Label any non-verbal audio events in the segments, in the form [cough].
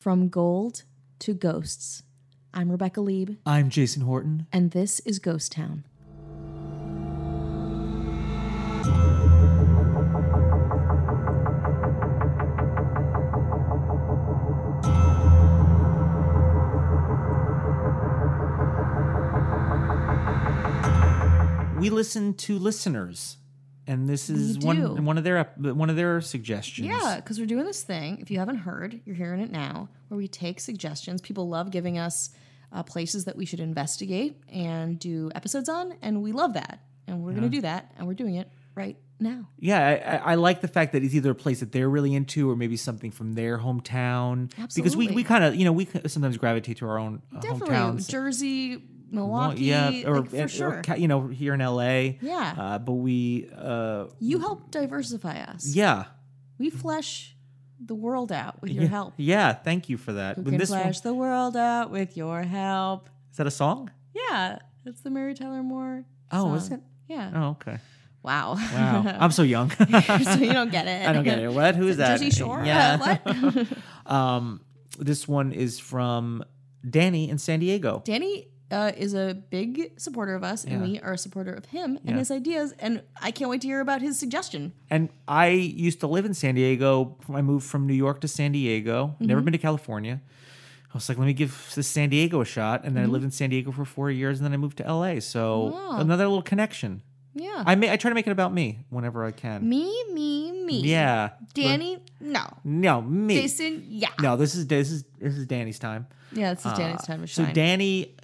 From Gold to Ghosts. I'm Rebecca Lieb, I'm Jason Horton. and this is Ghost Town. We listen to listeners, and this is We do. one one of their ep- one of their suggestions. Yeah, because we're doing this thing. If you haven't heard, you're hearing it now, where we take suggestions. People love giving us uh, places that we should investigate and do episodes on, and we love that. And we're going to do that, and we're doing it right now. yeah. I- I, I like the fact that it's either a place that they're really into, or maybe something from their hometown. Because we, Absolutely. we kind of you know we c- sometimes gravitate to our own uh, Definitely, hometowns. Jersey, Well, Milwaukee, yeah, or, like, for or sure. ca- you know here in L.A. Yeah. uh, but we uh, you help diversify us. yeah We flesh the world out with your yeah, help. yeah. Thank you for that. Who When can this one- flesh the world out with your help? is that a song? Yeah, it's the Mary Tyler Moore. Oh, is song. it? Yeah. Oh, [laughs] okay. Wow. Wow, [laughs] I'm so young. so [laughs] you don't get it. I don't get it. What? Who's that? Jersey Shore? Uh, Yeah. [laughs] [laughs] what? Um, this one is from Danny in San Diego. Danny uh, is a big supporter of us, and Yeah. we are a supporter of him and Yeah. his ideas. And I can't wait to hear about his suggestion. And I used to live in San Diego. I moved from New York to San Diego. Mm-hmm. Never been to California. I was like, let me give this San Diego a shot. And then Mm-hmm. I lived in San Diego for four years, and then I moved to LA. So Wow. another little connection. Yeah. I may, I try to make it about me whenever I can. me, me, me. Yeah. Danny, no. No, me. Jason, yeah. No, this is this is this is Danny's time. Yeah, this is Danny's Uh, time to so shine. Danny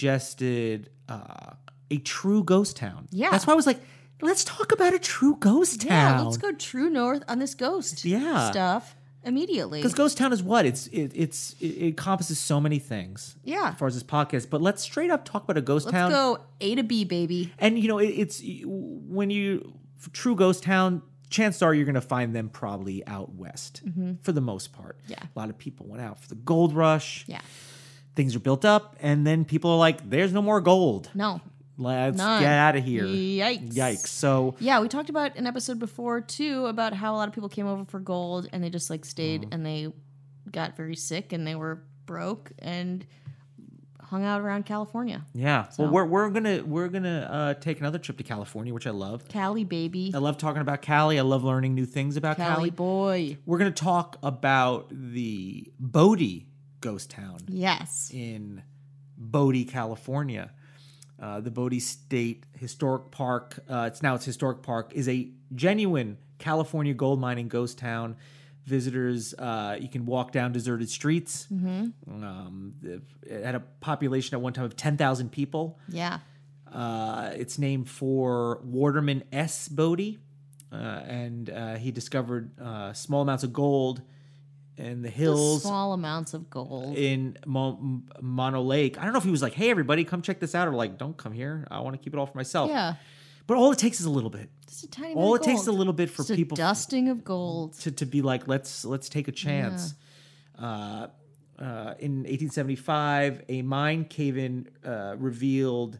suggested uh, a true ghost town. Yeah. that's why I was like, let's talk about a true ghost town. yeah, let's go true north on this ghost Yeah. stuff immediately. Because ghost town is what it's it, it's it it encompasses so many things. Yeah. as far as this podcast, but let's straight up talk about a ghost Let's town. go A to B, baby. And you know, it, it's when you true ghost town. Chances are you're going to find them probably out west for the most part. Mm-hmm. Yeah. a lot of people went out for the gold rush. Yeah. Things are built up, and then people are like, "There's no more gold. No. Let's None. get out of here." Yikes. Yikes. So Yeah, we talked about an episode before too about how a lot of people came over for gold and they just like stayed Mm-hmm. and they got very sick and they were broke and hung out around California. yeah, So- well, we're we're gonna we're gonna uh, take another trip to California, which I love. Cali baby. I love talking about Cali. I love learning new things about Cali, Cali. boy. We're gonna talk about the Bodie ghost town Yes. in Bodie, California. Uh, the Bodie State Historic Park, uh, it's now its historic park, is a genuine California gold mining ghost town. Visitors, uh, you can walk down deserted streets. Um, the- it had a population at one time of 10,000 people. Yeah. Uh, it's named for Warderman S. Bodie, uh, and uh, he discovered uh, small amounts of gold in the Just hills small amounts of gold. in Mo- Mono Lake. I don't know if he was like, "Hey, everybody, come check this out," or like, "Don't come here. I want to keep it all for myself." yeah. But all it takes is a little bit. Just a tiny oh. all bit it of takes is a gold. little bit for Just a people dusting of gold. to, to be like, "Let's let's take a chance." Uh, uh, in 1875, a mine cave-in uh, revealed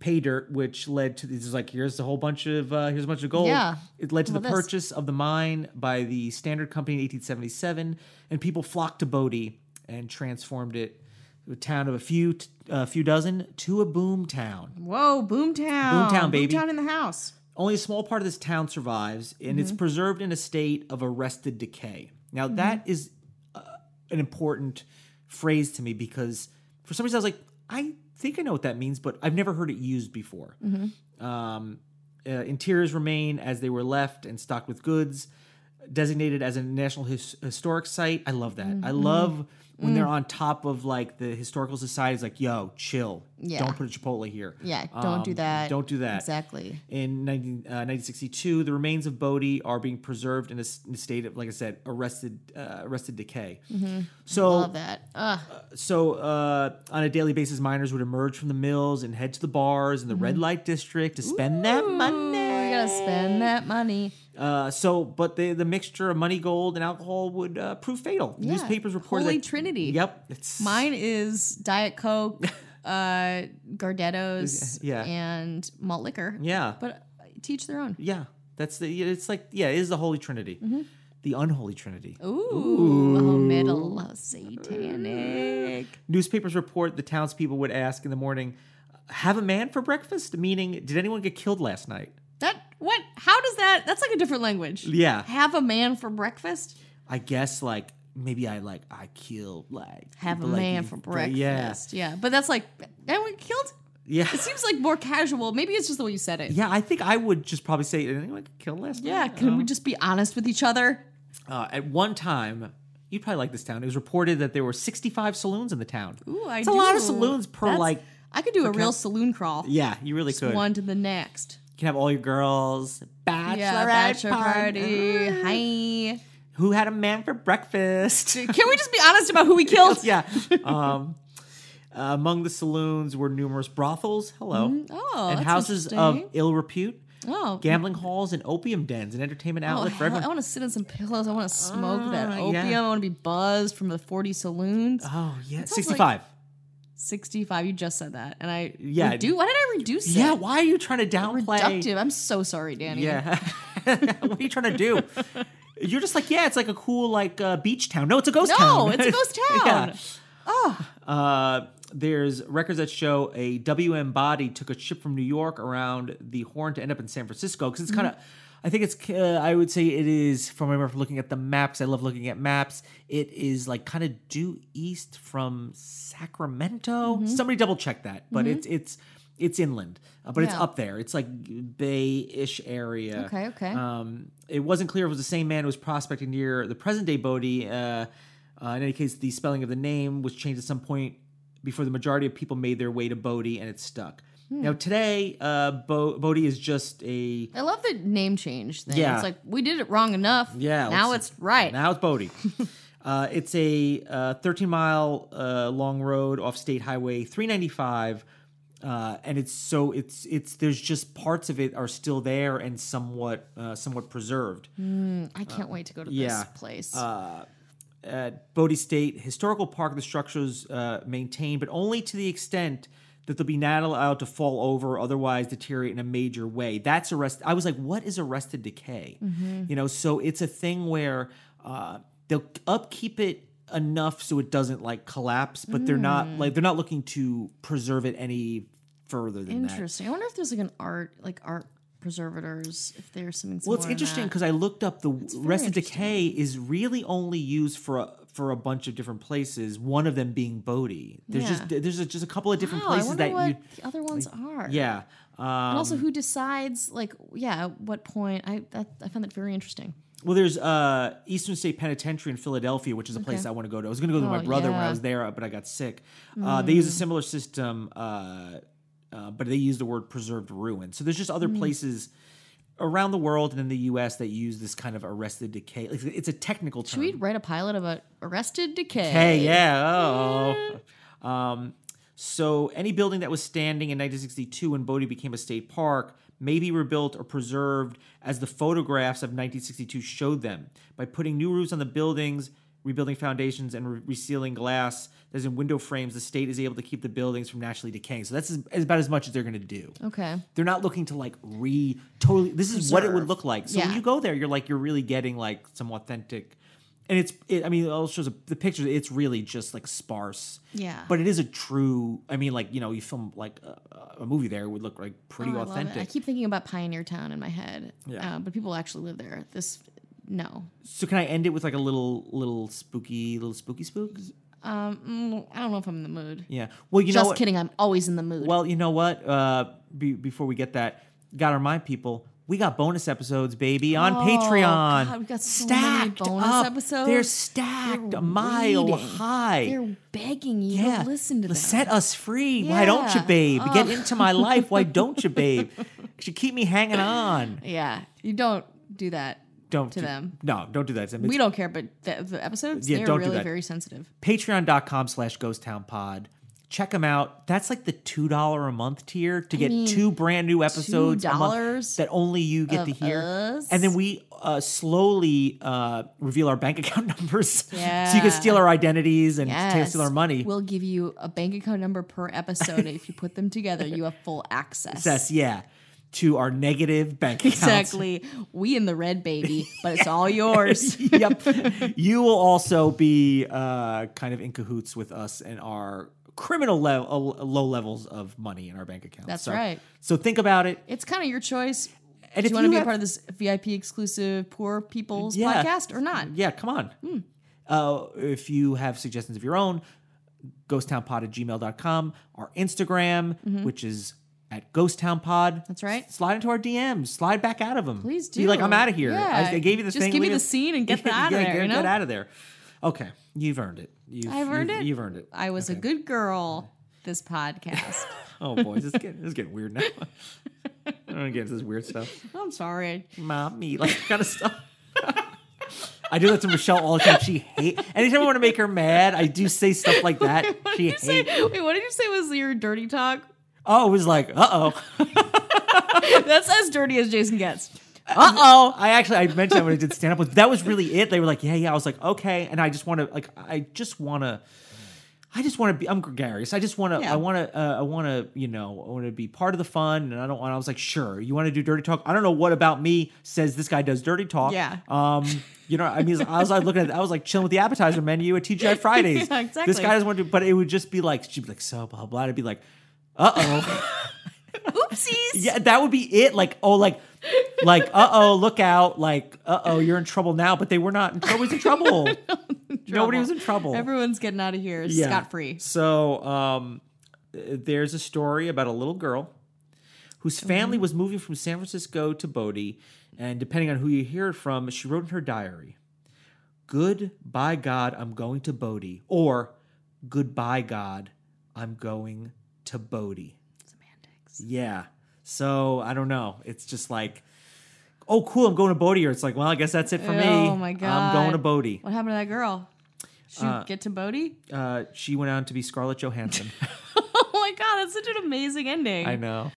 pay dirt, which led to this is like here's a whole bunch of uh, here's a bunch of gold. Yeah. It led to Well, the this- purchase of the mine by the Standard Company in 1877, and people flocked to Bodie and transformed it, a town of a few t- a few dozen, to a boom town. Whoa, Boomtown. Boomtown, baby. Boomtown in the house. Only a small part of this town survives, and Mm-hmm. it's preserved in a state of arrested decay. Now, that is uh, an important phrase to me because for some reason I was like, I think I know what that means, but I've never heard it used before. Mm-hmm. Um, uh, interiors remain as they were left and stocked with goods, designated as a national his- historic site. I love that. I Mm-hmm. love when they're Mm. on top of like the historical society's like, yo, chill. Yeah. Don't put a Chipotle here. Um, Yeah, don't do that. Don't do that. Exactly. In 19, uh, 1962, the remains of Bodhi are being preserved in a, s- in a state of, like I said, arrested, uh, arrested decay. Mm-hmm. Love So, that. Ugh. so uh, on a daily basis, miners would emerge from the mills and head to the bars in the red light district to spend that Mm-hmm. Ooh, money. We gotta spend that money. Uh, so, but the the mixture of money, gold, and alcohol would uh, prove fatal. Yeah. Newspapers reported Holy that. Trinity. Yep, it's Mine is Diet [laughs] Coke, uh, Gardettos, Yeah. and malt liquor. Yeah, But uh, teach their own. Mm-hmm. yeah. That's the. It's like yeah, it is the Holy Trinity. The Unholy Trinity. Ooh, oh, middle of satanic. Newspapers report the townspeople would ask in the morning, "Have a man for breakfast?" Meaning, did anyone get killed last night? That what? How does that? That's like a different language. Yeah. Have a man for breakfast. I guess like maybe I like I killed like Have a people, like, man these- for but breakfast. Yeah, yeah. But that's like anyone killed. yeah, It seems like more casual. Maybe it's just the way you said it. yeah. I think I would just probably say, "Did anyone get killed last Yeah, night?" Can we just be honest with each other? Uh, at one time, you probably like this town. It was reported that there were 65 saloons in the town. Ooh, I It's a lot of do. saloons per, That's- like- I could do a real count- saloon crawl. Yeah, you really could. One to the next. You can have all your girls. Bachelorette Yeah, bachelor party. party. Hi. Who had a man [laughs] for breakfast? Can we just be honest about who we killed? [laughs] yeah. Um, among the saloons were numerous brothels. Hello. Oh, and that's houses of interesting. ill repute, Oh, gambling halls, and opium dens, and entertainment Oh, outlet for hell, I everyone. want to sit on some pillows. I want to smoke that Ah, opium. yeah. I want to be buzzed from the 40 saloons. Oh sounds yeah, like- sixty-five. 65, you just said that. And I Yeah. redu- why did I reduce it? yeah, why are you trying to downplay? Reductive. I'm so sorry, Danny. Yeah. [laughs] what are you trying to [laughs] do? You're just like, yeah, it's like a cool like uh, beach town. No, it's a ghost town. No, it's a ghost town. [laughs] yeah. Uh, there's records that show a WM body took a ship from New York around the Horn to end up in San Francisco because it's Mm-hmm. kind of. I think it's. Uh, I would say it is. From I remember from looking at the maps. I love looking at maps. It is like kind of due east from Sacramento. Mm-hmm. Somebody double check that, but it's it's it's inland, uh, but it's Yeah. up there. It's like bay-ish area. [laughs] Okay, okay. Um, it wasn't clear if it was the same man who was prospecting near the present day Bodhi. Uh, uh, in any case, the spelling of the name was changed at some point before the majority of people made their way to Bodhi and it stuck. Now, today, uh, Bo- Bodhi is just a. I love the name change thing. Yeah. It's like we did it wrong enough. Yeah. Now let's- it's right. Now it's Bodhi. uh, it's a uh, 13 mile uh, long road off State Highway 395. Uh, and it's so it's it's there's just parts of it are still there and somewhat uh, somewhat preserved. I can't wait to go to yeah. this place. at Bodie State Historical Park, the structures uh, maintained, but only to the extent that they'll be not allowed to fall over, otherwise deteriorate in a major way. That's arrest. I was like, what is arrested decay? You know, so it's a thing where uh, they'll upkeep it enough so it doesn't like collapse, but they're not like they're not looking to preserve it any further than that. Interesting. I wonder if there's like an art, like art preservators, if there's something Well, it's interesting because I looked up the rest of decay is really only used for a, for a bunch of different places. One of them being Bodhi. There's just Yeah. there's a, just a couple of different Wow, Oh, I places wonder that what you the other ones are. yeah. Um, And also, who decides? Like, yeah, at what point? I that, I found that very interesting. well, there's uh, Eastern State Penitentiary in Philadelphia, which is a place I want to go to. I was going to go to my Oh, brother when I yeah. Mm. was there, but I got sick. Uh, they use a similar system, uh, uh, but they use the word preserved ruin. So there's just Mm. other places around the world and in the U.S. that use this kind of arrested decay. It's, it's a technical term. Should we write a pilot about Arrested Decay? Hey, yeah. Oh. Um, so any building that was standing in 1962 when Bodie became a state park may be rebuilt or preserved as the photographs of 1962 showed them by putting new roofs on the buildings. Rebuilding foundations and re- resealing glass, as in window frames, the state is able to keep the buildings from naturally decaying. So that's as, as about as much as they're going to do. Okay. They're not looking to like re totally. This is what it would Preserve. look like. So when Yeah. you go there, you're like you're really getting like some authentic, and it's. It, I mean, it all shows a, the picture. It's really just like sparse. Yeah. But it is a true. I mean, like you know, you film like a, a movie there, it would look like pretty Oh, I love it. I authentic. keep thinking about Pioneer Town in my head. Yeah. Uh, but people actually live there. This, no. So can I end it with like a little little spooky little spooky spook? Um, mm, I don't know if I'm in the mood. Yeah. Well, you know Just what? kidding. I'm always in the mood. Well, you know what? Uh, be, before we get that, gotta remind people we got bonus episodes, baby, on Patreon. Oh, God, we got so many bonus up. episodes. They're stacked They're a mile waiting. high. They're begging you yeah, to listen to Let's them. Set us free. Why don't you, Yeah. babe? Get into my life. Why don't you, babe? [laughs] 'Cause you keep me hanging on. Yeah. You don't do that. Don't To do- them. No, don't do that. to them. We don't care, but the, the episodes, Yeah, they're don't do really that. very sensitive. patreon.com slash ghost town pod check them out that's like the two dollar a month tier to get mean, two brand new episodes a month $2 that only you get to hear us? and then we uh, slowly uh, reveal our bank [laughs] account numbers so you Yeah. can steal our identities and take Yes. steal our money We'll give you a bank account number per episode. if you put them together, you have full access. Yes, yeah to our negative bank accounts. Exactly. [laughs] We in the red, baby, but it's all yours. [laughs] yep. You will also be uh, kind of in cahoots with us and our criminal le- uh, low levels of money in our bank accounts. That's so, right. So think about it. It's kind of your choice. And Do if you want to you be a have- part of this VIP exclusive poor people's Yeah. podcast or not? Yeah, come on. Hmm. Uh, if you have suggestions of your own, ghosttownpod at gmail.com, our Instagram, which is at ghosttownpod. Mm-hmm. That's right. S- Slide into our DMs. Slide back out of them. Please Be like, do. I'm out of here. Yeah. I, I gave you the Just thing. give we me the didn't- scene and get the out of [laughs] Yeah, there, Get, you get know? out of there. Okay. You've earned it. You've, I've earned you've- it. You've earned it. I was a good girl this podcast. [laughs] Oh, boy. This is getting, this is getting weird now. [laughs] I don't get into this weird stuff. I'm sorry. mommy, like that kind of stuff. I do that to Michelle all the time. She hate anytime I want to make her mad. I do say stuff like that. [laughs] What She did you say? hates. Wait, what did you say was your dirty talk? [laughs] Oh, it was like, uh oh. That's as dirty as Jason gets. Uh oh. I actually I mentioned that when I did stand up, but that was really it. They were like, yeah, yeah. I was like, okay, and I just want to like, I just want to. I just want to be. I'm gregarious. I just want to. Yeah. I want to. Uh, I want to. You know. I want to be part of the fun, and I don't want. I was like, sure. You want to do dirty talk? I don't know what about me says this guy does dirty talk. Yeah. Um. You know. I mean, I was like looking at. I was like chilling with the appetizer menu at TGI Fridays. [laughs] Yeah, This exactly. guy doesn't want to. do But it would just be like she'd be like so blah blah. I'd be like, uh oh. Oopsies. Yeah, that would be it. Like, oh, like, like, uh oh, look out. Like, uh oh, you're in trouble now. But they were not. in trouble. was in [laughs] trouble. Nobody was in trouble. Everyone's getting out of here Yeah. scot free. So, um, there's a story about a little girl whose family was moving from San Francisco to Bodie. And depending on who you hear it from, she wrote in her diary Good by God, I'm going to Bodie. Or Goodbye, God, I'm going to Bodie. Semantics. Yeah. So I don't know. It's just like, oh, cool. I'm going to Bodie. Or it's like, well, I guess that's it for me. Oh, my I'm going to God. Bodie. What happened to that girl? Did you get to Bodie? [laughs] Uh, she went on to be Scarlett Johansson. Oh my god, that's such an amazing ending. I know.